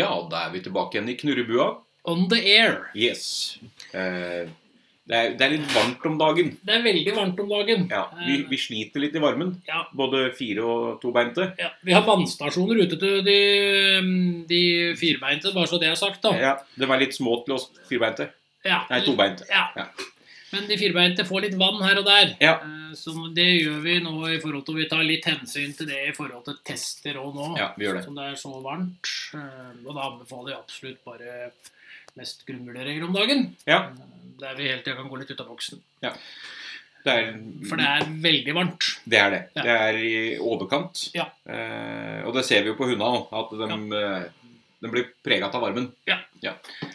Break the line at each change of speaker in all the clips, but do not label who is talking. Ja, da er vi tilbake igjen i knurrebua.
On the air.
Yes. Eh, det, er, det er litt varmt om dagen.
Det er veldig varmt om dagen. Eh,
Ja, vi, vi sliter litt i varmen.
Ja.
Både fire- og tobeinte.
Ja, vi har vannstasjoner ute til de, mm, de firbeinte, bare så det er sagt, da.
Ja, de er litt små til oss firbeinte.
Ja.
Nei, tobeinte.
Ja.
Ja.
Men de firbeinte får litt vann her og der.
Ja.
Eh, Så det gjør vi nå i forhold til Vi tar litt hensyn til det i forhold til tester òg nå.
Ja, vi gjør det.
Som det er så varmt. Eh, Og da anbefaler jeg absolutt bare mest grunnvurderinger om dagen.
Ja.
Eh, Der vi hele tida kan gå litt ut av boksen.
Det er,
For det er veldig varmt.
det er det.
Ja.
Det er i overkant.
Ja.
Eh, og det ser vi jo på hundene nå, at de, eh, de blir prega av varmen.
Ja.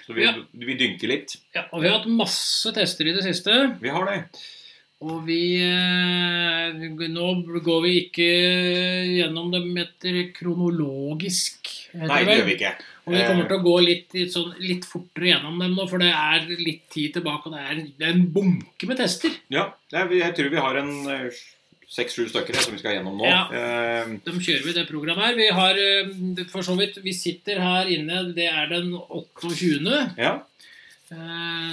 Så vi,
Ja.
vi dynker litt.
Ja, og vi har hatt masse tester i det siste.
Vi har det.
Og vi eh, Nå går vi ikke gjennom dem etter kronologisk. heter
Nei, det
vel.
gjør vi ikke. Eh.
Og vi kommer til å gå litt, litt sånn, litt fortere gjennom dem nå, for det er litt tid tilbake, og det er, det er en bunke med tester.
Ja, det er, jeg tror vi har en seks-sju stykker her som vi skal gjennom nå.
Ja.
Eh,
De kjører vi i det programmet her. Vi har eh, for så vidt Vi sitter her inne, det er den 28.
ja.
Eh,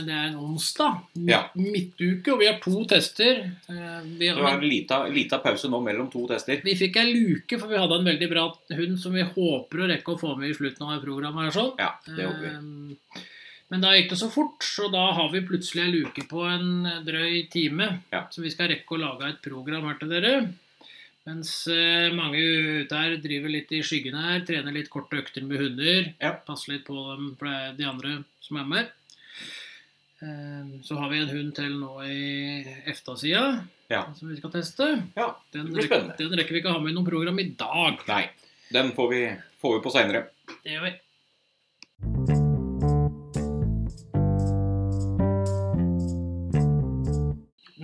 Det er en onsdag. Mid-
Ja.
Midtuke, og vi har to tester. Eh, Vi,
Det var en lita, lita pause nå mellom to tester.
vi fikk ei luke, for vi hadde en veldig bra hund som vi håper å rekke å få med i slutten av programmet. her sånn.
Ja, det håper vi.
Eh, Men da gikk det så fort, så da har vi plutselig ei luke på en drøy time.
Ja.
Så vi skal rekke å lage et program her til dere. Mens eh, mange ute her driver litt i skyggen her, trener litt korte økter med hunder.
Ja.
Passer litt på dem, for det er de andre som er med. Eh, Så har vi en hund til nå i EFTA-sida
Ja.
som vi skal teste.
Ja,
Den,
Det blir
rekker-
spennende.
den rekker vi ikke å ha med i noe program i dag.
Nei. Den får vi, får vi på seinere.
Det gjør vi.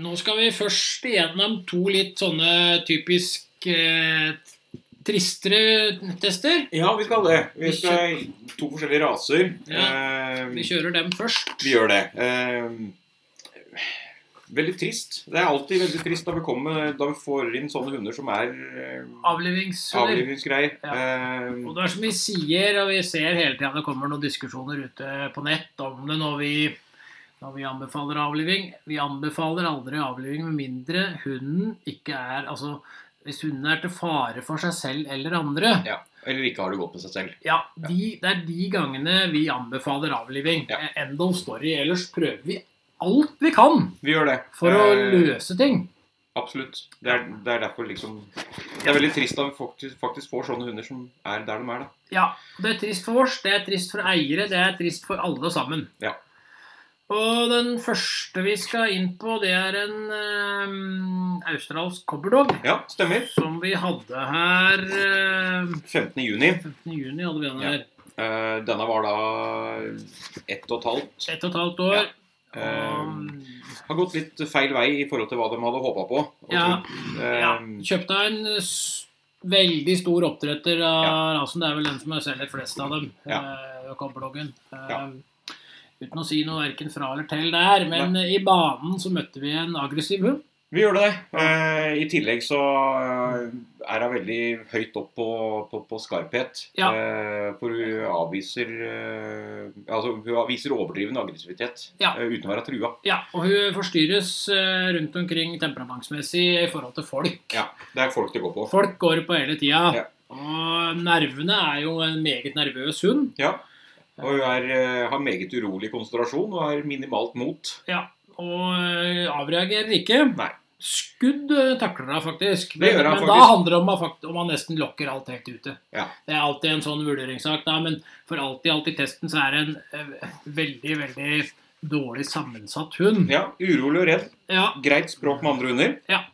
Nå skal vi først igjennom to litt sånne typisk eh, tristere tester.
Ja, vi skal det. Vi skal To forskjellige raser. Eh,
Vi kjører dem først.
vi gjør det. Eh, veldig trist. Det er alltid veldig trist da vi, kommer, da vi får inn sånne hunder som er eh,
Avlivingshunder.
avlivningsgreier.
Ja.
Eh,
Og det er som vi sier, og vi ser hele tida det kommer noen diskusjoner ute på nett om det når vi, når vi anbefaler avliving. Vi anbefaler aldri avliving med mindre hunden ikke er Altså hvis hunden er til fare for seg selv eller andre.
Ja. eller ikke har det godt med seg selv.
Ja, de, det er de gangene vi anbefaler avliving.
Ja.
Eh, End of story. Ellers prøver vi alt vi kan
Vi gjør det.
for å
Eh,
løse ting.
Absolutt. Det er, det er derfor liksom Det er veldig trist da vi faktisk, faktisk får sånne hunder som er der de er, da.
Ja, det er trist for oss, det er trist for eiere, det er trist for alle sammen.
Ja.
Og den første vi skal inn på, det er en eh, australsk cobberdog.
Ja, stemmer.
Som vi hadde her eh,
15. juni.
15. juni hadde vi den her.
Eh, denne var da ett og et halvt.
Ett og et halvt år.
Ehm,
Og,
Har gått litt feil vei i forhold til hva de hadde håpa på. og
Ja.
trodd.
ja,
Ehm,
kjøpte en s- veldig stor oppdretter av rasen. Det er vel den som selger flest av dem.
Ja.
eh, Cobberdogen. Eh,
Ja.
Uten å si noe verken fra eller til der, men eh, i banen så møtte vi en aggressiv hund.
Vi gjør det. Eh, I tillegg så eh, er hun veldig høyt opp på, på, på skarphet.
Ja.
Eh, for hun avviser eh, Altså, hun avviser overdriven aggressivitet
Ja.
eh, uten å være trua.
Ja, og hun forstyrres eh, rundt omkring temperamentsmessig i forhold til folk.
Ja. Det er folk det går på.
Folk går på hele tida.
Ja.
Og nervene er jo en meget nervøs hund.
Ja. Og hun er, eh, har meget urolig konsentrasjon og har minimalt mot.
Og eh, avreagerer ikke.
Nei.
Skudd eh, takler hun faktisk.
Det gjør hun
men da
faktisk.
handler det om at fakt- om han nesten lokker alt helt ute.
Ja.
Det er alltid en sånn vurderingssak. Da, men for alltid, alltid testen så er det en eh, veldig, veldig dårlig sammensatt hund.
Ja, Urolig og redd.
Ja.
Greit språk med andre hunder.
Ja.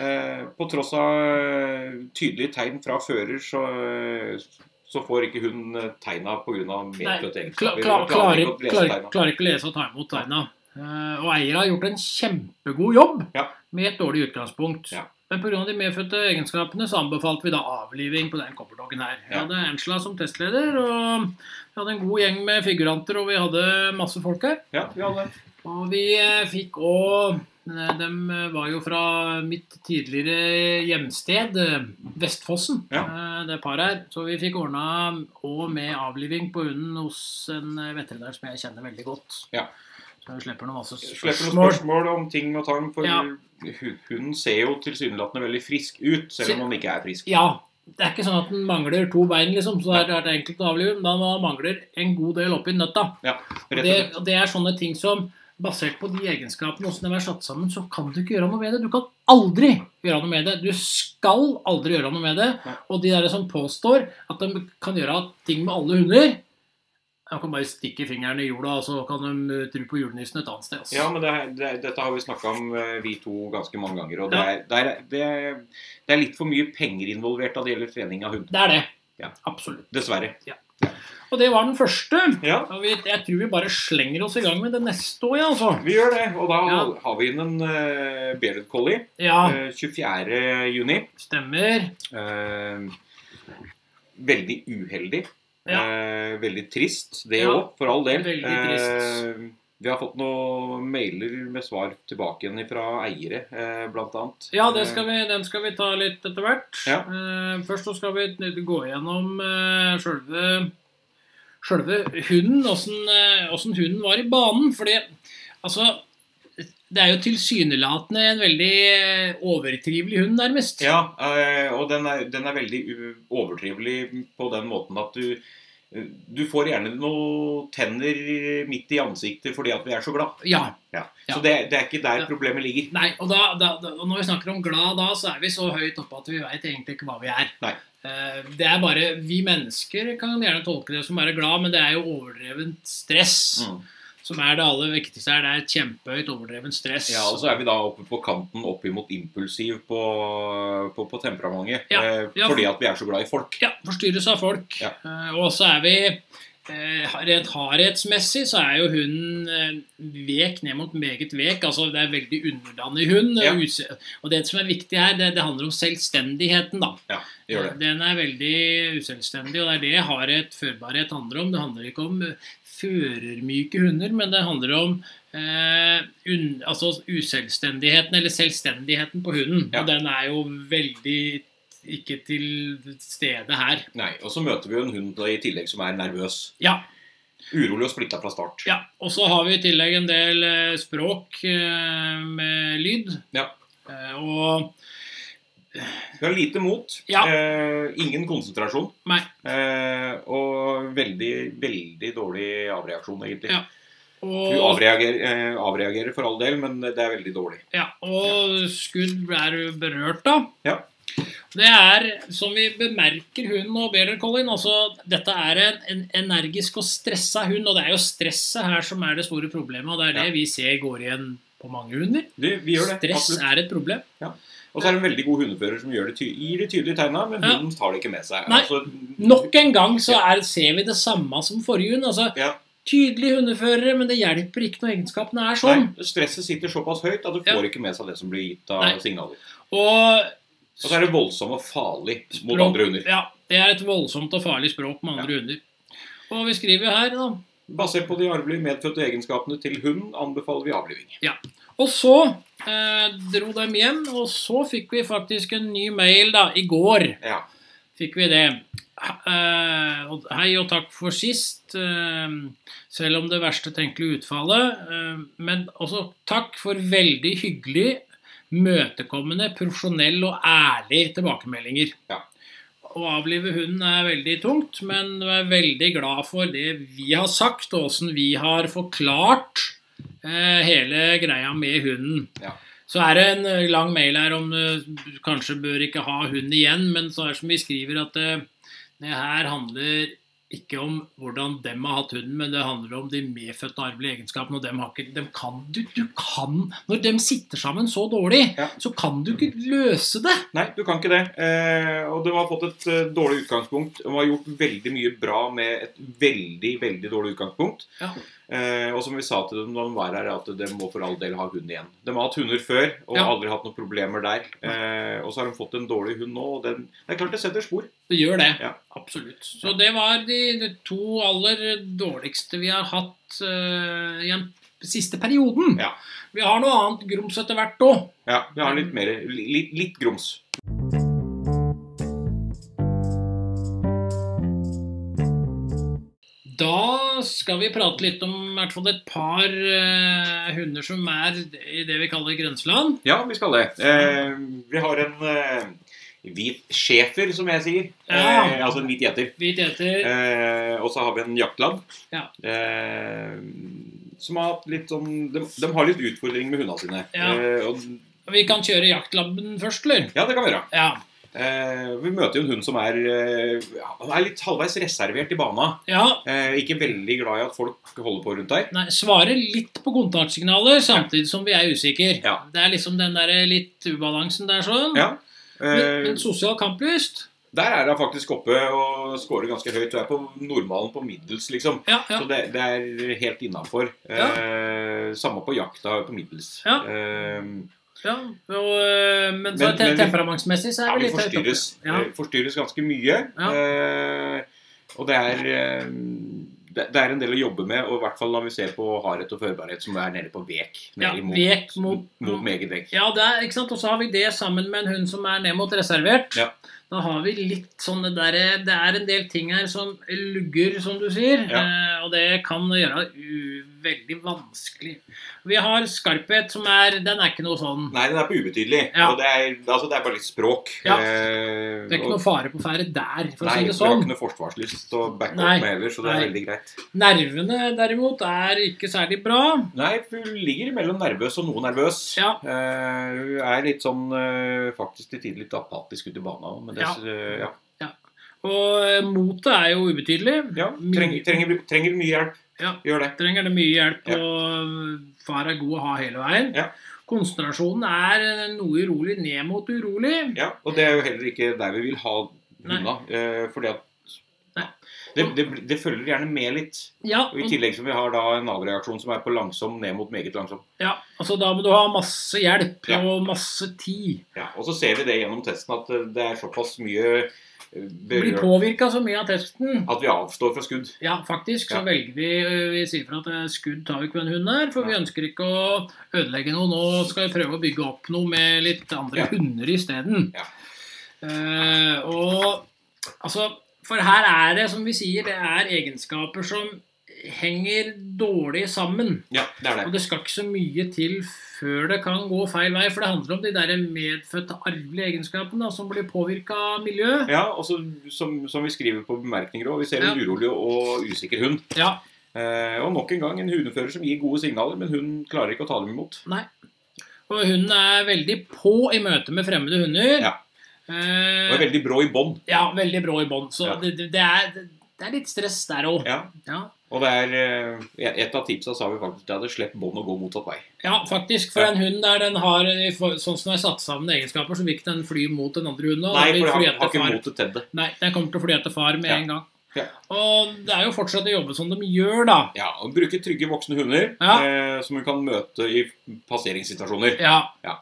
Eh, på tross av eh, tydelige tegn fra fører, så, eh, så får ikke hun eh, tegna pga. medfødte
Nei, kla-
egenskaper.
kla-
Hun
klarer,
ikke å lese
klarer,
tegna.
klarer ikke å lese og ta imot tegna. Eh, Og eier har gjort en kjempegod jobb
Ja.
med et dårlig utgangspunkt.
Ja.
Men pga. de medfødte egenskapene så anbefalte vi da avliving på den copperdoggen her. Vi
Ja.
hadde Angela som testleder, og vi hadde en god gjeng med figuranter, og vi hadde masse folk her.
Ja, vi hadde
Og vi eh, fikk òg de var jo fra mitt tidligere hjemsted, eh, Vestfossen, Eh,
Ja.
det paret her. Så vi fikk ordna òg med avliving på hunden hos en veterinær som jeg kjenner veldig godt.
Ja.
Så jeg slipper noen masse
Slipper noen
spørsmål.
spørsmål om ting og tang, for
Ja.
hu- hunden ser jo tilsynelatende veldig frisk ut, selv om den ikke er frisk.
Ja. Det er ikke sånn at den mangler to bein, liksom, så det er det er enkelt å avlive. Men den mangler en god del oppi nøtta.
Rett og
det,
slett.
og det er sånne ting som Basert på de egenskapene hvordan de er satt sammen, så kan du ikke gjøre noe med det. Du kan aldri gjøre noe med det. Du skal aldri gjøre noe med det.
Nei.
Og de der som påstår at de kan gjøre ting med alle hunder De kan bare stikke fingeren i jorda, og så kan de eh, tro på julenissen et annet sted. altså.
Ja, men det, det, dette har vi snakka om, eh, vi to, ganske mange ganger. Og det
Ja.
er, det, er, det, er, det er litt for mye penger involvert da det gjelder trening av hund.
Det er det.
Ja.
Absolutt.
Dessverre.
Og det var den første.
Ja,
Og vi, jeg tror vi bare slenger oss i gang med det neste år, ja, altså.
vi gjør det. Og da
Ja. Ah.
har vi inn en uh, bearded collie
Ja,
eh, 24. 24.6.
stemmer.
Eh, veldig uheldig.
Ja.
Eh, veldig trist, det
Ja.
òg, for all del.
Veldig trist.
Eh, vi har fått noen mailer med svar tilbake igjen fra eiere, eh, blant annet.
Ja, det skal vi, den skal vi ta litt etter hvert.
Eh. Ja.
Eh, først så skal vi gå gjennom eh, sjølve, sjølve hunden, åssen eh, åssen hunden var i banen. Fordi altså Det er jo tilsynelatende en veldig eh, overtrivelig hund, nærmest.
Ja, eh, og den er, den er veldig u- overtrivelig på den måten at du eh, du får gjerne noen tenner midt i ansiktet fordi at vi er så glad.
Ja,
Ja.
Ja.
Så det, det er ikke der
Ja.
problemet ligger.
Nei, og, da, da, da, og når vi snakker om glad da, så er vi så høyt oppe at vi veit egentlig ikke hva vi er.
Nei.
Eh, Det er bare, Vi mennesker kan gjerne tolke det som å være glad, men det er jo overdrevent stress.
Mm.
som er det aller viktigste her, det er et kjempehøyt overdreven stress.
Ja, og så er vi da oppe på kanten opp imot impulsiv på, på, på temperamentet.
Ja,
eh,
ja.
Fordi at vi er så glad i folk.
Ja, forstyrres av folk.
Ja.
Eh, og så er vi eh, Rent hardhetsmessig så er jo hunden eh, vek ned mot meget vek. altså Det er veldig underdanig hund.
Ja.
og use- Og det som er viktig her, det, det handler om selvstendigheten, da.
Det Gjør det.
Den er veldig uselvstendig, og det er det hardhet, førbarhet handler om. Det handler ikke om eh, førermyke hunder, men det handler om eh, un, altså uselvstendigheten, eller selvstendigheten på hunden.
Ja.
Og den er jo veldig ikke til stede her.
Nei, Og så møter vi jo en hund i tillegg som er nervøs.
Ja,
Urolig og splitta fra start.
ja. Og så har vi i tillegg en del eh, språk eh, med lyd.
Ja.
Eh, og
Vi har lite mot.
Ja.
Eh, ingen konsentrasjon.
Nei.
Eh, og veldig, veldig dårlig avreaksjon, egentlig.
Ja.
Du
og,
avreagerer, eh, avreagerer for all del, men det er veldig dårlig.
ja, og skudd er jo berørt, da.
Ja.
Det er, som vi bemerker hunden og Beller Collin, altså, dette er en, en energisk og stressa hund. Og det er jo stresset her som er det store problemet, og det er det
Ja.
vi ser går igjen på mange hunder.
Du, vi gjør det.
Stress
absolutt.
er et problem.
Og så er det en veldig god hundefører som gjør det ty gir de tydelige tegna, men
Ja.
hunden tar det ikke med seg.
Nei.
Altså,
Nok en gang så er, ser vi det samme som forrige hund. altså
Ja.
Tydelige hundeførere, men det hjelper ikke når egenskapene er sånn.
Nei, stresset sitter såpass høyt at du
Ja.
får ikke med seg det som blir gitt av
Nei.
signaler.
Og
Og så er det voldsomt og farlig mot
Språk.
andre hunder.
ja, det er et voldsomt og farlig språk med andre hunder. Og vi skriver jo her, da.
Basert på de arvelige medfødte egenskapene til hunden anbefaler vi avliving.
Og så eh, dro de hjem, og så fikk vi faktisk en ny mail da, i går.
Ja.
fikk vi det. Eh, og hei og takk for sist, eh, selv om det verste tenkelige utfallet. Eh, men også takk for veldig hyggelig, møtekommende, profesjonell og ærlig tilbakemeldinger.
Ja.
Å avlive hunden er veldig tungt, men jeg er veldig glad for det vi har sagt, og åssen vi har forklart eh, hele greia med hunden.
Ja.
Så er det en eh, lang mail her om eh, du kanskje bør ikke ha hund igjen, men så er det som vi skriver at eh, det her handler ikke om hvordan dem har hatt hunden, men det handler om de medfødte arvelige egenskapene. og dem har ikke, dem kan du, du kan, Når dem sitter sammen så dårlig,
Ja.
så kan du ikke løse det.
Nei, du kan ikke det. Eh, og de har fått et eh, dårlig utgangspunkt. De har gjort veldig mye bra med et veldig, veldig dårlig utgangspunkt.
Ja.
Eh, og som vi sa til dem da de var her, at de må for all del ha hund igjen. De har hatt hunder før og
Ja.
aldri hatt noen problemer der. Eh, og så har de fått en dårlig hund nå, og den, det er klart det setter spor.
Det gjør det.
Ja.
Absolutt. Så det var de, de to aller dårligste vi har hatt eh, i en siste perioden.
Ja.
Vi har noe annet grums etter hvert òg.
Ja, vi har litt mer Litt, litt grums.
Da skal vi prate litt om i hvert fall et par eh, hunder som er i det vi kaller grenseland.
Ja, vi skal det. Eh, vi har en eh, hvit schæfer, som jeg sier.
Ja.
Eh, altså en hvit gjeter.
Hvit heter
Eh, og så har vi en jaktlabb.
Ja.
Eh, som har hatt litt sånn de, de har litt utfordringer med hundene sine.
Ja.
Eh, og,
Vi kan kjøre jaktlabben først, eller?
ja, det kan vi gjøre.
Ja.
Eh, vi møter jo en hund som er, eh, han er litt halvveis reservert i bana.
ja.
Eh, ikke veldig glad i at folk holder på rundt der.
Nei, svare litt på kontaktsignaler samtidig som vi er usikre.
Ja.
Det er liksom den der litt ubalansen der sånn.
Ja.
Men,
Eh,
men sosial kamplyst?
der er han faktisk oppe og scorer ganske høyt. Og er på normalen på middels, liksom.
Ja, ja.
Så det, det er helt innafor.
Ja.
Eh, samme på jakta på middels.
Ja.
Eh,
ja. Og, øh, men så
Men- men vi-
temperamentsmessig så
ja,
er vi
vi
litt høyt oppe.
forstyrres,
Ja.
eh, forstyrres ganske mye.
Ja.
Eh, og det er eh, det det er en del å jobbe med, og i hvert fall når vi ser på hardhet og førbarhet, som er nede på vek.
Ja,
nede imot-
vek mot,
mot meget vek.
Ja, det er, ikke sant? Og så har vi det sammen med en hund som er ned mot reservert.
Ja.
Da har vi litt sånne derre Det er en del ting her som lugger, som du sier. Eh, og det kan gjøre det u- veldig vanskelig. Vi har skarphet, som er Den er ikke noe sånn
Nei, den er på ubetydelig.
Ja.
Og det er, altså, det er bare litt språk.
Ja.
Eh,
Det er ikke
og-
noe fare på ferde der, for å
Nei,
si det
for jeg har
sånn.
ikke noe forsvarslyst å backe
Nei.
opp med heller, så det er
Nei.
veldig greit.
Nervene derimot er ikke særlig bra.
Nei, for hun ligger mellom nervøs og noe nervøs.
Ja.
Eh, hun er litt sånn eh, faktisk til tider litt apatisk ute i bana òg, men det,
Ja.
eh, ja.
Og eh, motet er jo ubetydelig.
ja. Trenger, trenger, trenger mye hjelp.
Ja.
Gjør det.
trenger det mye hjelp,
Ja.
og far er god å ha hele veien.
Ja.
Konsentrasjonen er eh, noe urolig ned mot urolig.
Ja, og det er jo heller ikke der vi vil ha hunda. eh, fordi at
Nei.
det, det, det følger gjerne med litt.
Ja,
Og I tillegg som vi har da en avreaksjon som er på langsom ned mot meget langsom.
ja, altså da må du ha masse hjelp
Ja.
og masse tid.
Ja, og så ser vi det gjennom testen at eh, det er såpass mye eh,
Du blir
berør
påvirka så mye av testen.
at vi avstår fra skudd.
Ja, faktisk så
Ja.
velger vi ø, Vi sier fra at ø, skudd tar vi ikke med en hund her, for vi
Nei.
ønsker ikke å ødelegge noe. Nå skal vi prøve å bygge opp noe med litt andre
Ja.
hunder isteden.
Ja.
Eh, og altså For her er det, som vi sier, det er egenskaper som henger dårlig sammen.
Ja, det er det.
Og det skal ikke så mye til før det kan gå feil vei, for det handler om de der medfødte arvelige egenskapene da, som blir påvirka av miljøet.
Ja, og så, som, som vi skriver på bemerkninger òg, vi ser en
Ja.
urolig og usikker hund.
Ja,
Eh, og nok en gang en hundefører som gir gode signaler, men hun klarer ikke å ta dem imot.
Og hunden er veldig på i møte med fremmede hunder.
Ja. Og
Eh,
er veldig brå i bånd.
ja, veldig brå i bånd. Så
Ja.
det, det, er, det er litt stress der òg.
Ja.
Ja.
Og det er eh, et av tipsa sa vi faktisk at det slipp bånd og gå motsatt vei.
ja, faktisk. For
Ja.
en hund der den har i for- sånn som den er satt sammen i egenskaper, så vil ikke den fly mot den andre hunden. og
Nei,
den vil
for
fly
han
etter
har ikke
far.
motet til det.
Nei, den kommer til å fly etter far med
Ja.
en gang.
Ja.
Og det er jo fortsatt å jobbe som de gjør, da.
Ja, og Bruke trygge voksne hunder
Ja.
eh, som hun kan møte i passeringssituasjoner.
Ja.
Ja.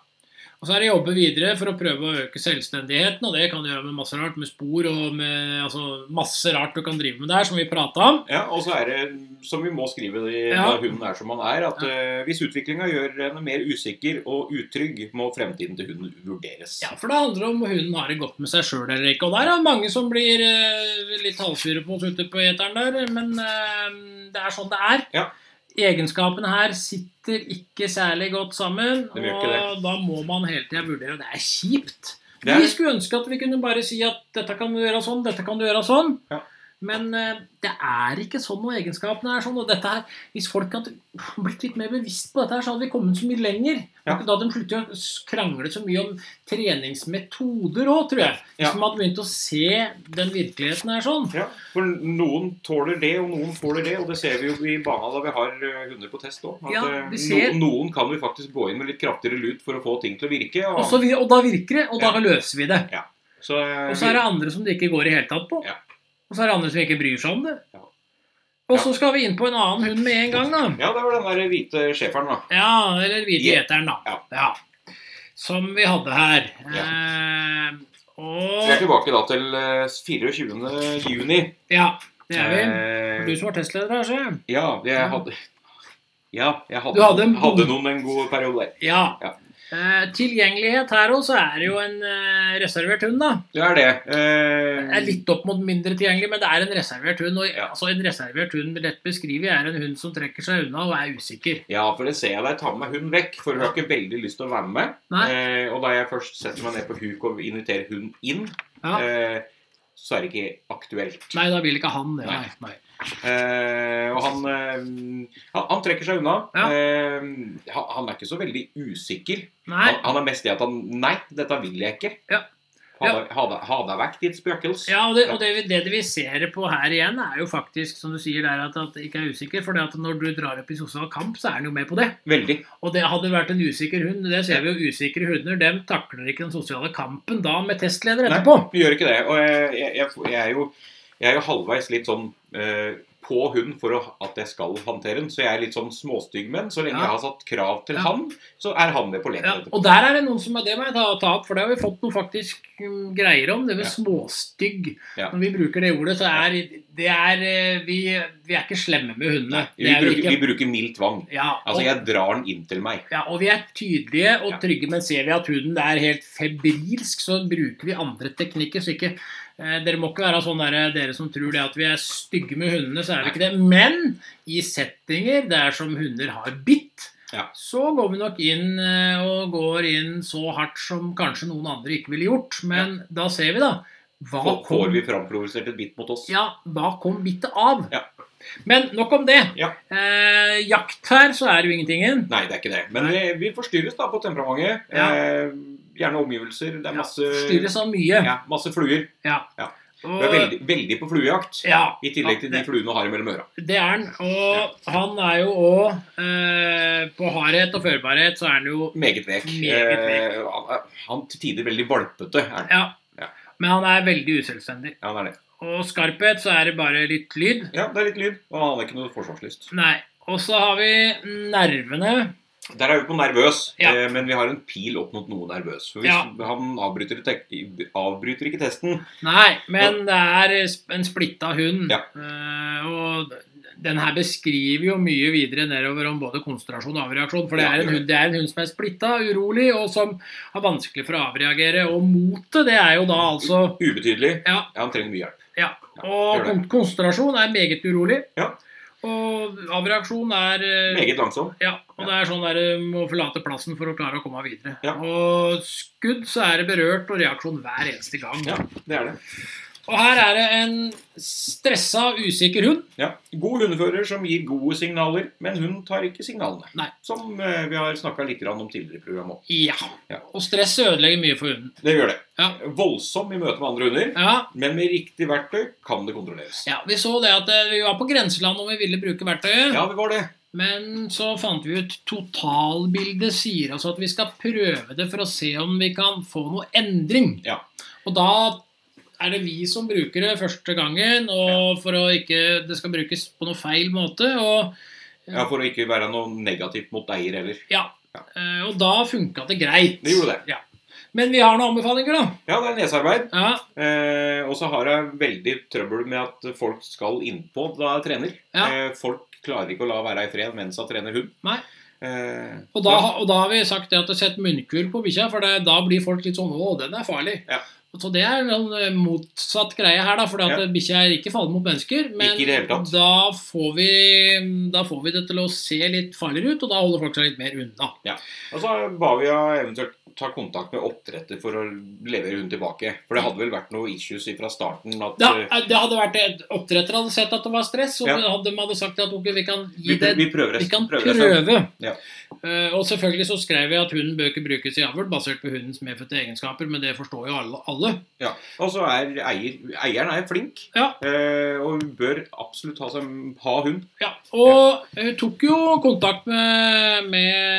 Og så er det jobbe videre for å prøve å øke selvstendigheten, og det kan du gjøre med masse rart, med spor og med altså, masse rart du kan drive med der, som vi prata om.
Ja, Og så er det, som vi må skrive i,
Ja.
da hunden er som han er, at eh, hvis utviklinga gjør henne mer usikker og utrygg, må fremtiden til hunden vurderes.
Ja, for det handler om hunden har det godt med seg sjøl eller ikke. Og der er det mange som blir eh, litt halvsyre på oss ute på eteren der, men eh, det er sånn det er.
Ja.
Egenskapene her sitter ikke særlig godt sammen,
De gjør
og
ikke
da må man hele tida vurdere, og det er kjipt.
Det er-
Vi skulle ønske at vi kunne bare si at dette kan du gjøre sånn, dette kan du gjøre sånn.
Ja.
Men eh, det er ikke sånn, og egenskapene er sånn. Og dette her, hvis folk hadde blitt litt mer bevisst på dette, her, så hadde vi kommet så mye lenger.
Ja.
Da hadde de sluttet å krangle så mye om treningsmetoder òg, tror jeg. Hvis
Ja.
man hadde begynt å se den virkeligheten her sånn.
Ja, for noen tåler det, og noen tåler det. Og det ser vi jo i bana da vi har eh, hunder på test òg.
Ja, vi ser-
no, noen kan vi faktisk gå inn med litt kraftigere lut for å få ting til å virke. Og,
Og, så, vi- og da virker det, og da
Ja.
løser vi det.
så, eh,
Og så er det andre som det ikke går i hele tatt på.
Ja.
Og så er det andre som ikke bryr seg om det.
Ja.
Og så skal vi inn på en annen hund med en gang, da.
Ja, det var den der hvite schæferen, da.
Ja, eller hvite
Ja.
gjeteren, da.
Ja.
Som vi hadde her. Eh,
Vi er
og
tilbake da til eh, 24. juni.
Ja, det er vi.
Eh,
Du som var testleder her, ser jeg.
Ja, jeg hadde Ja, jeg hadde,
Du hadde en-
hadde noen en god periode der.
Ja.
Ja.
Eh, tilgjengelighet her òg, så er det jo en eh, reservert hund, da.
Det er det.
Det
Eh,
er litt opp mot mindre tilgjengelig, men det er en reservert hund. Og,
Ja.
altså, en reservert hund lett beskrevet er en hund som trekker seg unna og er usikker.
Ja, for det ser jeg da jeg tar med meg hunden vekk, for hun har ikke veldig lyst til å være med.
Nei.
Eh, og da jeg først setter meg ned på huk og inviterer hunden inn,
Ja.
eh, så er det ikke aktuelt.
Nei, da vil ikke han det.
Nei.
Nei. Nei.
Eh, og han, eh, han, han trekker seg unna.
Ja.
Eh, han, han er ikke så veldig usikker.
Nei.
Han, han er mest i at han Nei, dette vil jeg ikke.
Ja.
Ha deg- Ha deg- ha deg vekk, ditt spøkels.
Ja, og det, og det, vi- det vi ser på her igjen, er jo faktisk, som du sier der, at, at det ikke er usikker. For når du drar opp i sosial kamp, så er han jo med på det.
Veldig.
Og det hadde vært en usikker hund. Det ser vi jo. Usikre hunder dem takler ikke den sosiale kampen da med testleder
Nei,
etterpå.
vi gjør ikke det. Og jeg, jeg, jeg, jeg, er, jo, jeg er jo halvveis litt sånn eh, på hund for å, at jeg skal håndtere den. Så jeg er litt sånn småstygg med den. Så lenge
Ja.
jeg har satt krav til
Ja.
han, så er han med på leken.
Ja,
etterpå.
og der er det noen som er det må jeg ta, ta opp, for det har vi fått noen faktisk mm, greier om. Det med
Ja.
småstygg.
Ja.
Når vi bruker det ordet, så er det er, eh, vi, vi er ikke slemme med hundene. Det
Vi
er
bruker,
ikke.
vi bruker mild tvang.
Ja,
Altså,
og,
jeg drar den inn til meg.
ja, og vi er tydelige og
Ja.
trygge, men ser vi at huden er helt febrilsk, så bruker vi andre teknikker. Så ikke, eh, dere må ikke være sånn der, dere som tror det at vi er stygge med hundene, så er vi ikke det. Men i settinger der som hunder har bitt,
Ja.
så går vi nok inn eh, og går inn så hardt som kanskje noen andre ikke ville gjort. Men da ser vi, da. Hva
Får,
kom-
får vi framprovosert et bit mot oss?
ja, hva kom bittet av?
Ja.
Men nok om det.
Ja.
Eh, jakt her, så er det jo ingentingen.
Nei, det er ikke det. Men vi, vi forstyrres da på temperamentet.
Ja.
Eh, gjerne omgivelser. Det er masse,
Forstyrres av mye.
ja, masse fluer.
Og,
Vi er veldig, veldig på fluejakt.
ja,
I tillegg til de
det-
fluene du har mellom øra.
det er han. Og han er jo òg eh, På hardhet og førbarhet så er han jo
Meget vek.
Meget vek.
Eh, han er- han til tider veldig valpete. Er han.
Ja.
Ja.
Men han er veldig uselvstendig.
Ja, han er det.
Og skarphet, så er det bare litt lyd.
ja, det er litt lyd. Og han har ikke noe forsvarslyst.
Nei. Og så har vi nervene.
Der er vi på nervøs,
Ja.
eh, men vi har en pil opp mot noe nervøs. For hvis
Ja.
Han avbryter, tek avbryter ikke testen.
Nei, men det er sp- en splitta hund.
Ja.
Eh, og den her beskriver jo mye videre nedover om både konsentrasjon og avreaksjon. For det
Ja,
er en
gjør
hund, det er en hund som er splitta, urolig, og som har vanskelig for å avreagere. Og motet, det er jo da altså
Ubetydelig.
Ja.
han trenger mye hjelp.
Ja.
gjør
Og
det.
kon- konsentrasjon er meget urolig.
Ja.
Og avreaksjon er eh,
Meget langsom.
ja, og det er sånn der eh, må forlate plassen for å klare å komme videre.
Ja.
Og skudd så er det berørt og reaksjon hver eneste gang.
Ja, det er det.
Og her er det en stressa, usikker hund.
Ja. God hundefører som gir gode signaler, men hun tar ikke signalene.
Nei.
Som eh, vi har snakka litt grann om tidligere i programmet òg.
Ja.
Ja.
Og stress ødelegger mye for hunden.
Det gjør det.
Ja.
Voldsom i møte med andre hunder,
Ja.
men med riktig verktøy kan det kontrolleres.
ja, Vi så det at eh, vi var på grenseland og vi ville bruke verktøyet.
Ja, det var det.
Men så fant vi ut totalbildet sier oss at vi skal prøve det for å se om vi kan få noe endring.
Ja.
Og da er det vi som bruker det første gangen, og for å ikke det skal brukes på noe feil måte. Og,
Ja, For å ikke være noe negativt mot eier heller.
ja.
Ja.
Eh, og da funka det greit.
Det gjorde det.
Ja. Men vi har noen anbefalinger, da.
Ja, det er nesearbeid.
Ja,
Eh, og så har jeg veldig trøbbel med at folk skal innpå da jeg trener.
Ja.
Eh, folk klarer ikke å la være i fred mens jeg trener hund.
Nei.
Eh,
Og da, og da har vi sagt det at det setter munnkurv på bikkja, for det, da blir folk litt sånn Å, den er farlig.
Ja.
Så det er en sånn, eh, motsatt greie her, da, for
Ja.
bikkja er ikke farlig mot mennesker. Men
Ikke i det hele tatt.
da får, vi, da får vi det til å se litt farligere ut, og da holder folk seg litt mer unna.
og så ba vi henne eventuelt ta kontakt med oppdretter for å levere hund tilbake. For det hadde vel vært noe issues fra starten at
Da,
eh,
det hadde vært det. Oppdretter hadde sett at det var stress, og
Ja.
hadde, de hadde sagt at ok, vi kan
vi,
gi
prø-
det
vi prøver
Vi kan
prøver resten.
prøve.
Ja.
Eh, og selvfølgelig så skrev jeg at hunden bør ikke brukes i avl basert på hundens medfødte egenskaper, men det forstår jo alle. alle.
Ja. Og så er eier, eieren er flink.
Ja.
Eh, og hun bør absolutt ha, seg, ha hund.
Ja, og hun tok jo kontakt med,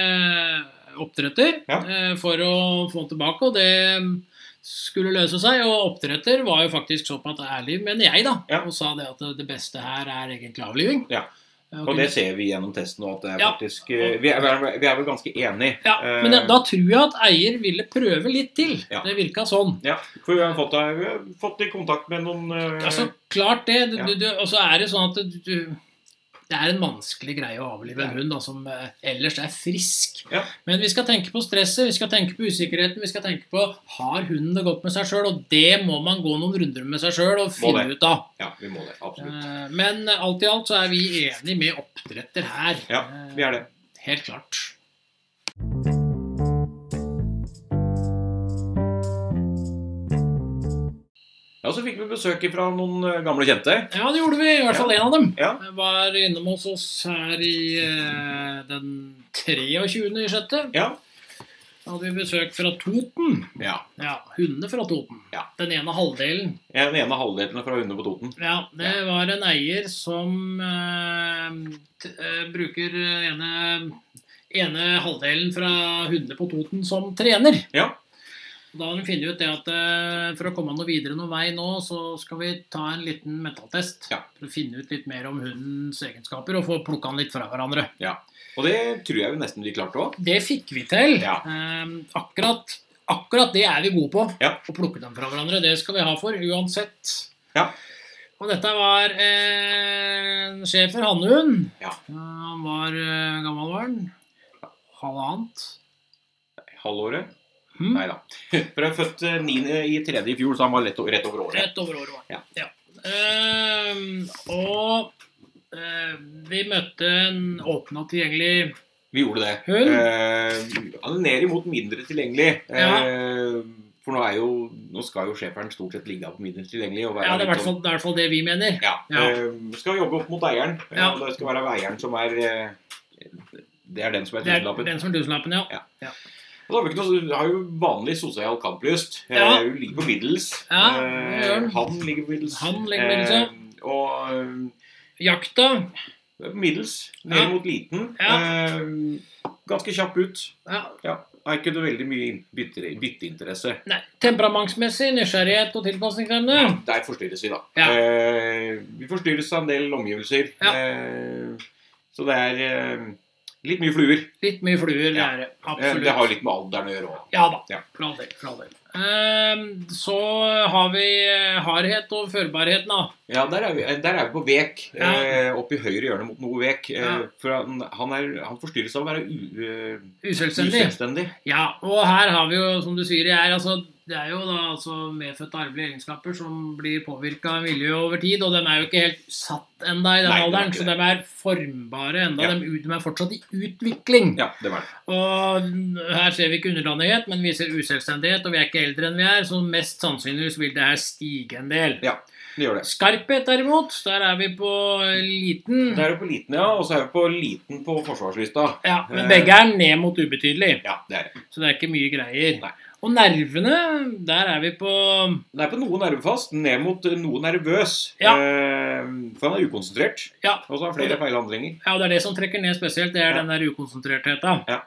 med oppdretter
Ja.
eh, for å få den tilbake, og det skulle løse seg. Og oppdretter var jo faktisk såpass ærlig, mener jeg, da,
Ja.
og sa det at det beste her er egentlig avliving.
Ja.
Eh,
Og det ser vi gjennom testen nå, at det er
Ja.
faktisk eh, vi, er, vi er- vi er vel ganske enige.
ja, men
Eh,
da tror jeg at eier ville prøve litt til.
Ja.
Det virka sånn.
Ja, for vi har fått, deg- vi har fått i kontakt med noen eh,
Ja, så klart det. Du,
Ja.
du, du, og så er det sånn at du, du det er en vanskelig greie å avlive en
Det er
hund da, som eh, ellers er frisk.
Ja.
Men vi skal tenke på stresset, vi skal tenke på usikkerheten, vi skal tenke på har hunden det godt med seg sjøl, og det må man gå noen runder med seg sjøl
Må
og finne ut av.
Ja, vi må det. Absolutt.
Eh, Men alt i alt så er vi enige med oppdretter her.
Ja, vi er det.
Eh, Helt klart.
Ja, Så fikk vi besøk fra noen eh, gamle kjente.
Ja, det gjorde vi. I hvert fall én av dem.
Ja.
Var innom hos oss her i eh, den 23. i sjette.
Ja.
Da hadde vi besøk fra Toten.
ja.
Ja, hundene fra Toten.
Ja.
Den ene halvdelen.
Den ene halvdelen fra Hunde på Toten.
Ja, det var en eier som eh, t eh, bruker ene, ene halvdelen fra hundene på Toten som trener.
Ja.
Da har vi funnet ut det at eh, for å komme noe videre noen vei nå, så skal vi ta en liten mentaltest.
Ja.
For å finne ut litt mer om hundens egenskaper og få plukka den litt fra hverandre.
Og det tror jeg jo nesten vi klarte òg.
Det fikk vi til.
Ja.
Ehm, akkurat, akkurat det er vi gode på.
Ja.
Å plukke dem fra hverandre. Det skal vi ha for uansett.
Ja.
Og dette var eh, en schæfer hannhund.
Ja.
Eh, Han var eh, gammel var han? Halvannet.
Halvåret.
Hm?
Nei da. For jeg er født eh, 9. i tredje i fjor, så han var lett, o- rett over året.
Rett over året var det.
Ja.
Ja. Ehm, og eh, vi møtte en åpen og tilgjengelig
Vi gjorde det.
Hun?
Eh, han er ned imot mindre tilgjengelig.
Ja.
Eh, for nå, er jo, nå skal jo schæferen stort sett ligge på mindre tilgjengelig. Og være
Ja, det er i
litt
hvert
sånn-
fall, det, er i hvert fall det vi mener.
Ja.
Ja.
Eh, skal jobbe opp mot eieren. Eh,
Ja.
og Det skal være eieren som er eh, Det er den som er
Det er
tusenlappen.
den som er tusenlappen, ja.
Ja. Og da har vi ikke noe, så- har jo vanlig sosial kamplyst. Eh,
Ja.
Hun ligger på middels.
Ja, det gjør
eh,
hun.
han ligger på middels.
Han ligger på middels, ja.
Eh, og eh,
Jakta.
Det er på middels, ned
Ja.
mot liten.
Ja.
Eh, ganske kjapp ut.
Ja.
Ja. Har ikke noe veldig mye bytte, bytteinteresse.
Nei, temperamentsmessig, nysgjerrighet og tilpasningsevne.
Der forstyrres vi, da.
Mm. Ja.
Eh, vi forstyrres av en del omgivelser.
Ja.
Eh, så det er eh, litt mye fluer.
Litt mye fluer, det
Ja.
er det.
Eh,
Absolutt.
det har jo litt med alderen å gjøre òg.
Ja da.
Ja.
For all del. For all del. Ehm, så har vi eh, hardhet og førbarheten, da.
Ja, der er, vi, eh, der er vi på vek.
Ja.
Eh, oppe i høyre hjørne mot noe vek. Eh,
Ja.
For han, han, er, han forstyrres av å være u, eh,
Uselvstendig.
uselvstendig.
Ja, og her har vi jo, som du sier, det er, altså, det er jo da altså, medfødte arvelige egenskaper som blir påvirka av miljøet over tid, og de er jo ikke helt satt enda i den
Nei, de er
alderen,
ikke
så de er formbare enda.
Ja.
De, ut- de er fortsatt i utvikling.
Ja, det var det.
Og her ser vi ikke underdanighet, men vi ser uselvstendighet, og vi er ikke eldre enn vi er, så mest sannsynligvis vil det her stige en del.
Ja, det gjør det.
Skarphet, derimot, der er vi på liten.
Det er jo på liten, ja. Og så er vi på liten på forsvarslista.
Ja, men begge er ned mot ubetydelig,
Ja, det er det.
så det er ikke mye greier.
Nei.
Og nervene, der er vi på
Det er på noe nervefast, ned mot eh, noe nervøs.
Ja.
Eh, for han er ukonsentrert.
Ja,
Og så har han flere feilhandlinger.
Ja, og det er det som trekker ned spesielt, det er
Ja.
den der ukonsentrertheta.
Ja.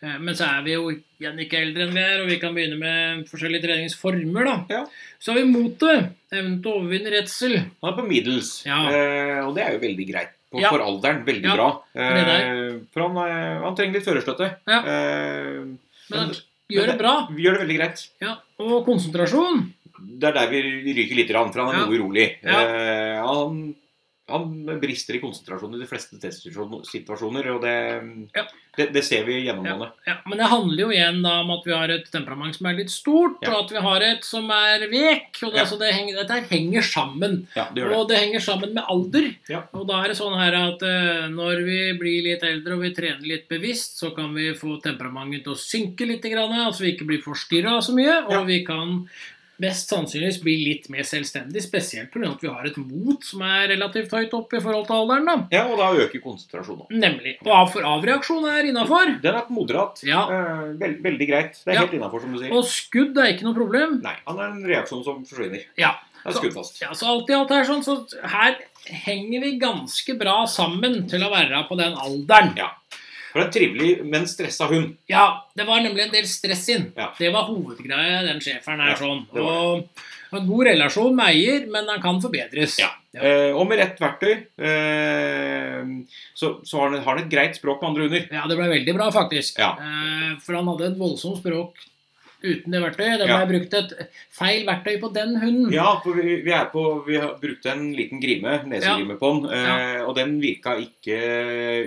Eh, Men så er vi jo igjen ikke eldre enn vi er, og vi kan begynne med forskjellige treningsformer, da.
Ja.
Så har vi motet. Evnen til å overvinne redsel.
Han er på middels.
Ja.
Eh, og det er jo veldig greit. På,
Ja.
For alderen. Veldig
Ja,
bra.
det
Eh, for han, eh, han trenger litt førerstøtte.
Ja.
Eh,
Men han
Men-
gjør det bra.
vi gjør det veldig greit.
Ja. Og konsentrasjon.
Det er der vi ryker litt, rann, for han er
Ja.
noe urolig.
Ja.
Eh, han, han brister i konsentrasjon i de fleste testsituasjoner, og det,
Ja.
det, det ser vi gjennomgående.
Ja, men det handler jo igjen da om at vi har et temperament som er litt stort,
Ja.
og at vi har et som er vek. Og det,
Ja.
altså, det henger, dette her henger sammen.
Ja, det gjør det.
Og det henger sammen med alder.
Ja.
Og da er det sånn her at eh, når vi blir litt eldre og vi trener litt bevisst, så kan vi få temperamentet til å synke litt, grann, altså vi ikke blir forstyrra så mye. Og
Ja.
vi kan mest sannsynligvis bli litt mer selvstendig, spesielt pga. at vi har et mot som er relativt høyt oppe i forhold til alderen. da.
Ja, og da øker konsentrasjonen.
Nemlig. Og av- for avreaksjon er innafor.
Den er moderat.
Ja.
Eh, vel- veldig greit. Det er
Ja.
helt innafor, som du sier.
Og skudd er ikke noe problem.
Nei, han er en reaksjon som forsvinner.
Ja.
Det er skuddfast.
Ja, så alt i alt her sånn, så her henger vi ganske bra sammen til å være på den alderen.
For det er en trivelig, men stressa hund.
Ja, det var nemlig en del stress inn.
Ja.
Det var hovedgreia den schæferen er
Ja,
sånn.
det var
Og en god relasjon med eier, men den kan forbedres.
Ja.
Ja.
Eh, og med rett verktøy eh, så, så har han, har han et greit språk med andre hunder.
Ja, det ble veldig bra, faktisk.
Ja.
Eh, for han hadde et voldsomt språk uten det verktøyet. Da må
Ja.
jeg brukt et feil verktøy på den hunden.
Ja, for vi, vi, er på, vi har brukt en liten grime, nesegrime på den, eh, og den virka ikke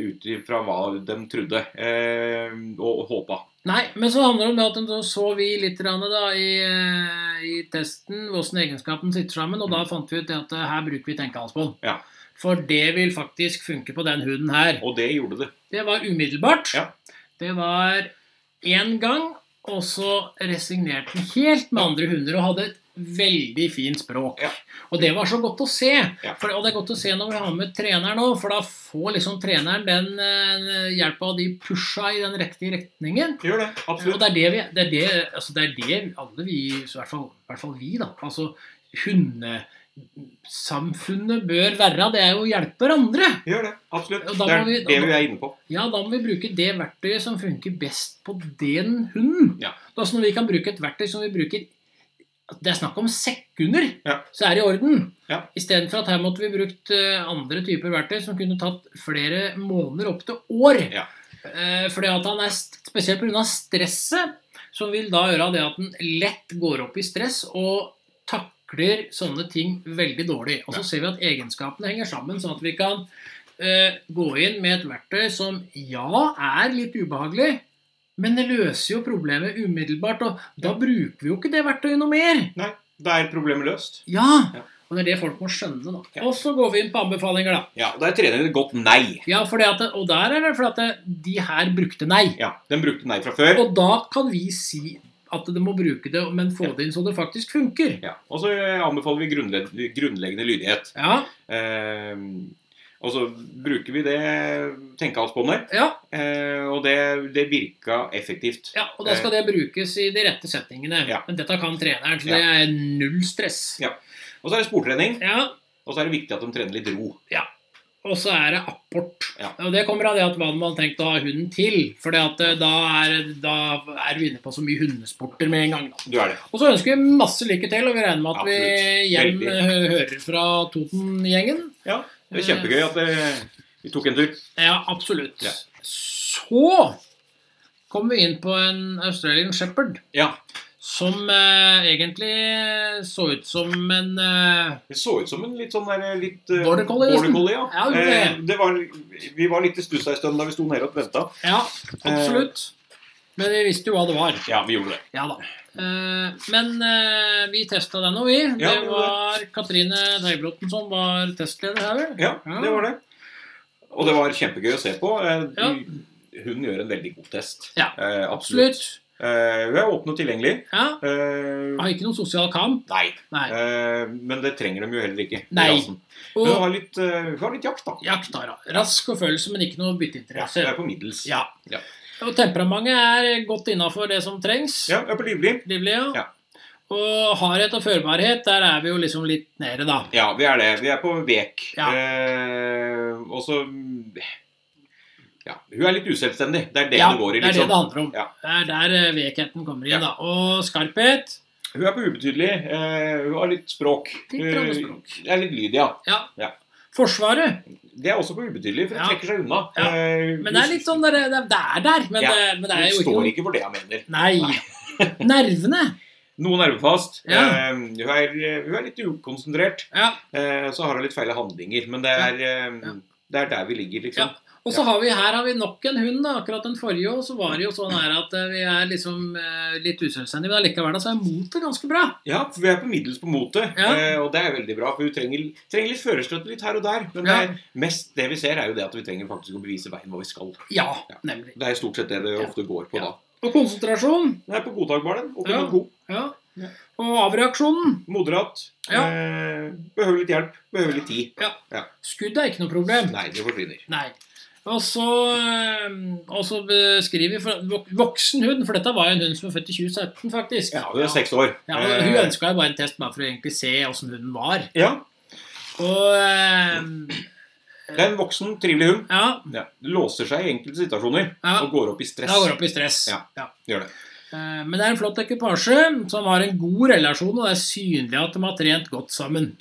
ut fra hva de trodde eh, og håpa.
Nei, men så handler det om det at nå så vi litt grann da, i, eh, i testen hvordan egenskapen sitter sammen, og da fant vi ut det at eh, her bruker vi tenkehalsbånd.
Mm. Ja.
For det vil faktisk funke på den huden her.
Og det gjorde det.
Det var umiddelbart.
Ja.
Det var én gang, og så resignerte han helt med andre hunder og hadde et veldig fint språk.
Ja.
Og det var så godt å se.
Ja.
For, og det er godt å se når vi har med treneren òg, for da får liksom treneren den eh, hjelpa av de pusha i den riktige retningen.
Gjør det.
Og
Absolutt.
det er det, vi, det, er det, altså det, er det alle vi, så i hvert fall, i hvert fall vi, da. Altså hundesamfunnet bør være. Det er jo å hjelpe hverandre.
Gjør det. Absolutt.
Og da
Det
må
er
vi-
det vi er inne på.
Ja, da må vi bruke det verktøyet som funker best på den hunden.
Ja.
Da, så når vi kan bruke et verktøy som vi bruker Det er snakk om sekunder,
Ja.
så er det i orden.
Ja.
Istedenfor at her måtte vi brukt eh, andre typer verktøy som kunne tatt flere måneder, opp til år.
Ja.
Eh, fordi at han er st- Spesielt pga. stresset, som vil da gjøre det at han lett går opp i stress og takler sånne ting veldig dårlig. Og så
Ja.
ser vi at egenskapene henger sammen, sånn at vi kan eh, gå inn med et verktøy som ja, er litt ubehagelig, men det løser jo problemet umiddelbart. Og da bruker vi jo ikke det verktøyet noe mer.
Nei, da er problemet løst.
Ja!
Ja.
Og det er det folk må skjønne, da.
Ja.
Og så går vi inn på anbefalinger, da.
Ja, og der trener et godt nei.
Ja, for det at, Og der er det fordi at det- de her brukte nei.
Ja, Den brukte nei fra før.
Og da kan vi si at du må bruke det, men få det inn så det faktisk funker.
Ja, Og så anbefaler vi grunnle- grunnleggende lydighet.
Ja,
Eh, og så bruker vi det tenkehalsbåndet,
ja,
eh, og det, det virka effektivt.
ja, og da skal det brukes i de rette settingene.
Ja.
Men dette kan treneren, så det er null stress.
Ja. Og så er det sportrening,
Ja,
og så er det viktig at de trener litt ro.
Og så er det apport.
Ja.
Og det kommer av det at hva man har tenkt å ha hunden til. For da, er- da er du inne på så mye hundesporter med en gang. Da.
Du er det.
Og så ønsker vi masse lykke til, og vi regner med at vi
Absolutt.
igjen
Veldig.
hø- hører fra Toten-gjengen.
Ja, Det er kjempegøy at eh, vi tok en tur.
Ja, absolutt.
Ja.
Så kommer vi inn på en Australian Shepherd
Ja,
som eh, egentlig så ut som en eh,
Det så ut som en litt sånn der, litt eh,
Border collie, nesten.
ja.
Ja, det gjorde
Eh, det var, vi var litt i stuss ei stund da vi sto nede og venta.
Ja,
Eh,
absolutt. Men vi visste jo hva det var.
Ja, vi gjorde det.
Ja da. Eh, men eh, vi testa den og vi.
Ja,
det
vi gjorde
var Katrine Teibråten som var testleder her, vel?
Ja, det var det. Og det var kjempegøy å se på. Eh, Hun gjør en veldig god test.
Ja,
Eh, absolutt.
Absolutt.
Eh, hun er åpen og tilgjengelig.
Ja.
Eh,
Har ikke noen sosial kamp.
nei.
Nei.
Eh, men det trenger de jo heller ikke. i
Nei.
rasen. Hun
Og
har litt, eh, hun har litt jakt, da.
jakt har hun. Rask og følelse, men ikke noe bytteinteresse.
Det er på middels.
Ja.
Ja.
Og temperamentet er godt innafor det som trengs.
Ja, hun er på livlig.
Livlig,
Ja.
Og hardhet og førbarhet, der er vi jo liksom litt nede, da.
Ja, vi er det. Vi er på vek.
Ja.
Eh, og så Ja, hun er litt uselvstendig. Det er det
ja,
det går i,
det er det
liksom.
det handler om.
Ja.
Det er der eh, vekheten kommer inn,
Ja.
da. Og skarphet.
Hun er på ubetydelig. Eh, hun har litt språk.
Litt grann
Eh,
språk.
er litt lydig, ja.
Ja.
Ja.
Forsvaret.
Det er også på ubetydelig, for hun
Ja.
trekker seg unna.
Ja.
Eh,
Men det er litt sånn der, det, det er der, men,
Ja,
det, men det er jo
Hun
ikke
står
noe
ikke for det hun mener.
Nei. Nervene.
Noe nervefast.
Ja.
Eh, hun, er, hun er litt ukonsentrert.
Ja.
Eh, så har hun litt feil handlinger. Men det er, eh,
Ja.
det er der vi ligger, liksom.
Og så har vi her har vi nok en hund. da, Akkurat den forrige og så var det jo sånn her at eh, vi er liksom eh, litt uselvstendige, men allikevel da, så er motet ganske bra.
Ja, for vi er på middels på motet,
Ja.
eh, og det er veldig bra. For vi trenger, trenger litt førerstøtte litt her og der. Men
Ja.
det er, mest det vi ser, er jo det at vi trenger faktisk å bevise veien hvor vi skal.
Ja,
Ja.
nemlig.
Det er stort sett det det
Ja.
ofte går på
Ja.
da.
Og konsentrasjon.
Det er på godtakbar, den. Opp
Ja.
mot god.
Ja.
Ja.
Og avreaksjonen.
Moderat.
Ja.
Eh, behøver litt hjelp. Behøver litt tid.
Skudd er ikke noe problem.
Nei, det forsvinner.
Nei. Og så, eh, og så beskriver vi for- vok- voksen hund, for dette var jo en hund som var født i 2017, faktisk.
Ja, hun er seks år.
Ja, men Hun
Eh,
ønska jo bare en test bare for å egentlig se åssen hunden var.
ja,
Og eh,
det er en voksen, trivelig hund.
ja,
Ja. Låser seg i enkelte situasjoner
ja
og går opp i stress.
da går det opp i stress.
Ja. Gjør det.
Eh, Men det er en flott ekvipasje som har en god relasjon, og det er synlig at de har trent godt sammen.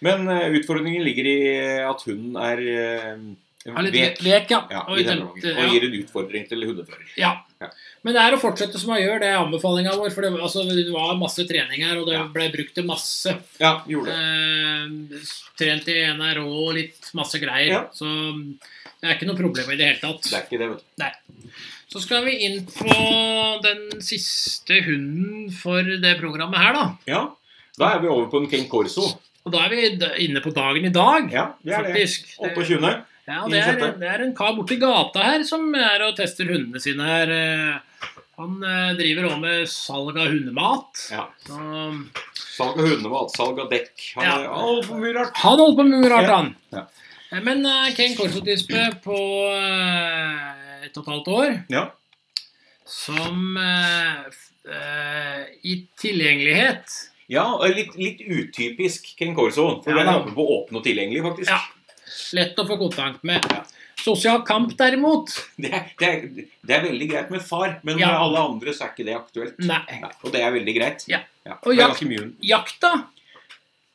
Men eh, utfordringen ligger i at hunden er eh,
Ja, litt
vek.
lek, ja.
Ja,
Og
i
vi
den
tenkte-
omgangen. Og
ja.
gir en utfordring til hundefører.
Ja.
Ja.
Men det er å fortsette som man gjør, det er anbefalinga vår. For det, altså, det var masse trening her, og det
Ja.
ble brukt til masse.
Ja, gjorde det.
Eh, trent i NRH og litt masse greier.
Ja.
Så mm, det er ikke noe problem i det hele tatt.
Det er ikke det, vet du.
Så skal vi inn på den siste hunden for det programmet her, da.
Ja. Da er vi over på en King Corso.
Og da er vi d- inne på dagen i dag,
Ja, vi er det.
faktisk. eh,
28.
Ja, det er,
Innsette.
det er en kar borti gata her som er og tester hundene sine her. eh. Han eh, driver òg med salg av hundemat.
Ja.
Så,
Salg av hundemat, salg av dekk. Han
Ja.
er altfor mye rart.
han holder på med mye rart,
Ja.
han.
Ja.
Eh, Men eh, Ken Corso-tispe på eh, ett og et halvt år
Ja.
som eh, f- eh, i tilgjengelighet
Ja, og litt, litt utypisk Ken Corso. For
Ja,
den
da.
er oppe på åpen og tilgjengelig, faktisk.
Ja. lett å få kontakt med.
Ja.
Sosial kamp, derimot
Det, er, det, er, det er veldig greit med far, men
Ja.
med alle andre så er ikke det aktuelt.
Nei.
Ja, og det er veldig greit.
Ja.
for det er
jakt-
ganske mye.
Jakta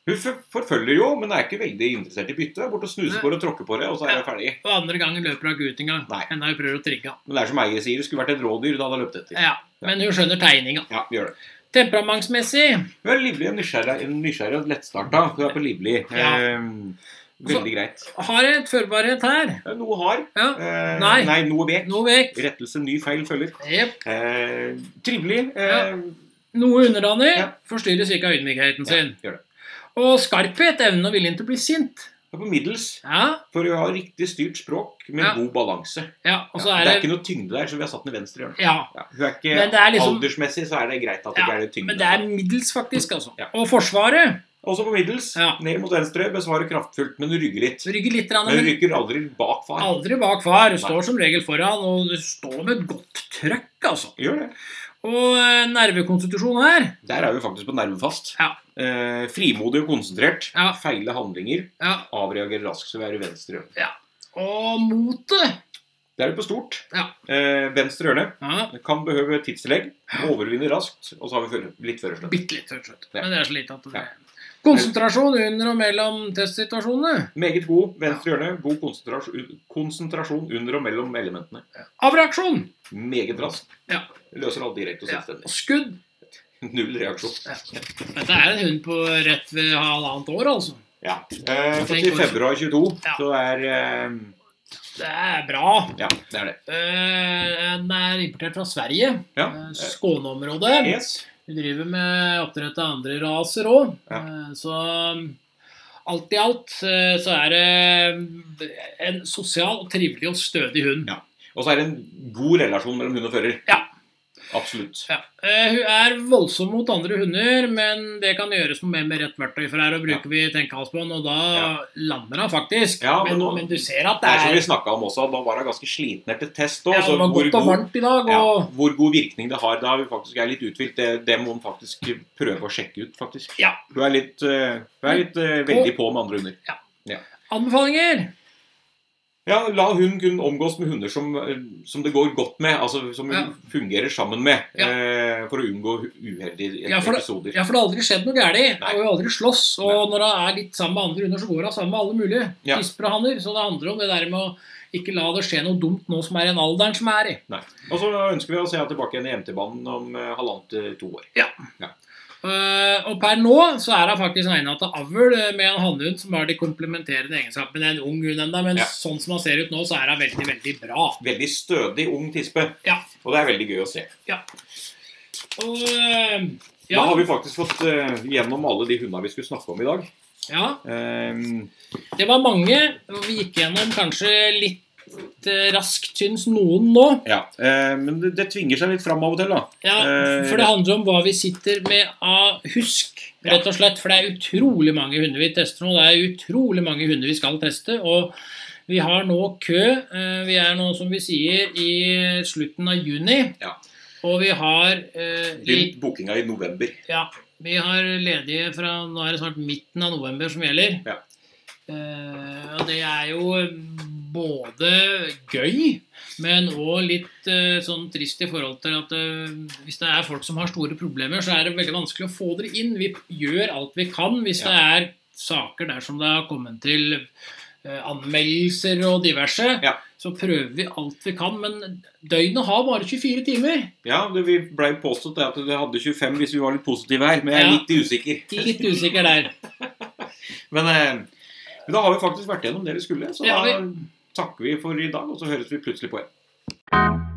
Hun for- forfølger jo, men er ikke veldig interessert i bytte. Er Borte og snuser
Nei.
på det og tråkker på det, og så er
Ja.
hun ferdig.
Og andre gangen løper hun ikke ut engang.
Nei.
Enda hun prøver å trigge han.
Men det er som eier sier, det skulle vært et rådyr, da hadde hun løpt etter.
Ja. Men hun skjønner tegninga.
Ja, vi gjør det.
Temperamentsmessig
Hun er livlig og nysgjerrig, nysgjerrig og lettstarta. Hun er på livlig.
Ja.
Eh, veldig greit.
har jeg et førbarhet her.
Eh, Noe har.
Ja.
Eh,
Nei.
noe vek.
Noe vekk.
Rettelse, ny feil følger.
Jep.
Eh, trivelig. Eh,
Ja. Noe underdanig.
Ja.
Forstyrres ikke av ydmykheten sin.
gjør det.
Og skarphet. Evnen og viljen til å bli sint.
Hun er på middels.
Ja.
For å ha riktig styrt språk med
Ja.
god balanse.
ja. Og så
Ja,
er
det er
det
ikke noe tyngde der, så vi har satt den i venstre hjørne.
Ja.
Ja, hun er ikke,
Men det er liksom-
Aldersmessig så er det greit at det
Ja,
ikke er det tyngde.
Men det er middels, faktisk. altså.
Ja.
Og Forsvaret
Også på middels.
Ja.
Ned mot venstre, besvarer kraftfullt, men rygger litt.
rygger litt, rann,
Men
men
rykker aldri bak far.
aldri bak far. Står som regel foran, og det står med et godt trøkk, altså.
Gjør det.
Og eh, nervekonstitusjon her.
Der er vi faktisk på nervefast.
Ja.
Eh, frimodig og konsentrert.
Ja.
Feile handlinger.
Ja.
Avreagerer raskt, så vi er i venstre hjørne.
Og motet.
Det er vi på stort.
Ja.
Eh, venstre hjørne.
Ja.
Kan behøve tidstillegg. Overvinner raskt. Og så har vi føre- litt førerslønn.
Bitte litt tørt, vet du. Men det er så lite at det
Ja.
Konsentrasjon under og mellom testsituasjonene.
Meget god venstre hjørne. God konsentrasjon, konsentrasjon under og mellom elementene.
Avreaksjon.
Meget rask.
Ja.
Løser alt direkte og
Ja.
selvstendig.
Og skudd.
Null reaksjon.
Dette er en hund på rett ved halvannet år, altså.
Ja. Eh, så til februar 22
Ja.
så er eh,
Det er bra.
Ja, det er det.
Eh, Den er importert fra Sverige.
Ja.
Eh, Skåneområdet.
Yes.
Vi driver med oppdrett av andre raser òg.
Ja.
Så um, alt i alt eh, så er det en sosial, trivelig og stødig hund.
Og så er det en god relasjon mellom hund og fører.
Ja.
Absolutt.
Ja. Eh, Hun er voldsom mot andre hunder, men det kan gjøres noe med med rett verktøy. For her og bruker vi tenkehalsbånd, og da
Ja.
lander han faktisk.
Ja, men
men,
nå-
men du ser at
Det
det
er som vi
er,
snakka om også, at da var hun ganske sliten etter test òg.
ja, det var godt og varmt i dag.
ja,
Og,
hvor god virkning det har da hun faktisk er litt uthvilt, det, det må hun faktisk prøve å sjekke ut, faktisk.
Ja.
Hun er litt, eh, hun er litt eh, veldig på med andre hunder.
Anbefalinger?
Ja, La hun kunne omgås med hunder som, eh, som det går godt med, altså som hun
Ja.
fungerer sammen med,
Ja.
eh, for å unngå uheldige
Ja, for det-
episoder.
Ja, for det har aldri skjedd noe galt.
Nei.
Og har aldri slåss. Og når hun er litt sammen med andre hunder, så går hun sammen med alle mulige
Ja.
tisper og hanner. Så det handler om det der med å ikke la det skje noe dumt nå som er i den alderen som er i.
Nei. Og så ønsker vi å se henne tilbake igjen i MT-banen om eh, halvannet til to år.
Eh, og per nå så er hun faktisk egnet til avl eh, med en hannhund som har de komplementerende egenskapene. Det er en ung hund ennå, men
Ja.
sånn som han ser ut nå, så er hun veldig, veldig bra.
Veldig stødig ung tispe,
Ja.
og det er veldig gøy å se.
Og eh, ja,
Da har vi faktisk fått eh, gjennom alle de hundene vi skulle snakke om i dag.
ja,
Ehm,
det var mange. og Vi gikk gjennom kanskje litt eh, raskt, syns noen nå.
ja. eh, men det, det tvinger seg litt fram av og til, da.
Ja,
Eh,
for det handler om hva vi sitter med av husk,
Ja.
rett og slett. For det er utrolig mange hunder vi tester nå. Det er utrolig mange hunder vi skal teste. Og vi har nå kø. Eh, Vi er nå, som vi sier, i slutten av juni.
Ja.
Og vi har eh, i-
Begynt bookinga i november.
ja, vi har ledige fra Nå er det snart midten av november som gjelder.
Ja.
Eh, og det er jo både gøy, men òg litt eh, sånn trist i forhold til at eh, hvis det er folk som har store problemer, så er det veldig vanskelig å få dere inn. Vi gjør alt vi kan hvis
Ja.
det er saker der som det har kommet til eh, eh, anmeldelser og diverse,
Ja.
så prøver vi alt vi kan. Men døgnet har bare 24 timer.
Ja, det, vi blei påstått det at det hadde 25 hvis vi var litt positive her, men jeg er
Ja.
litt usikker.
Litt usikker der.
Men, eh, men da har vi faktisk vært gjennom det vi skulle, så
Det har
da takker vi for i dag, og så høres vi plutselig på igjen.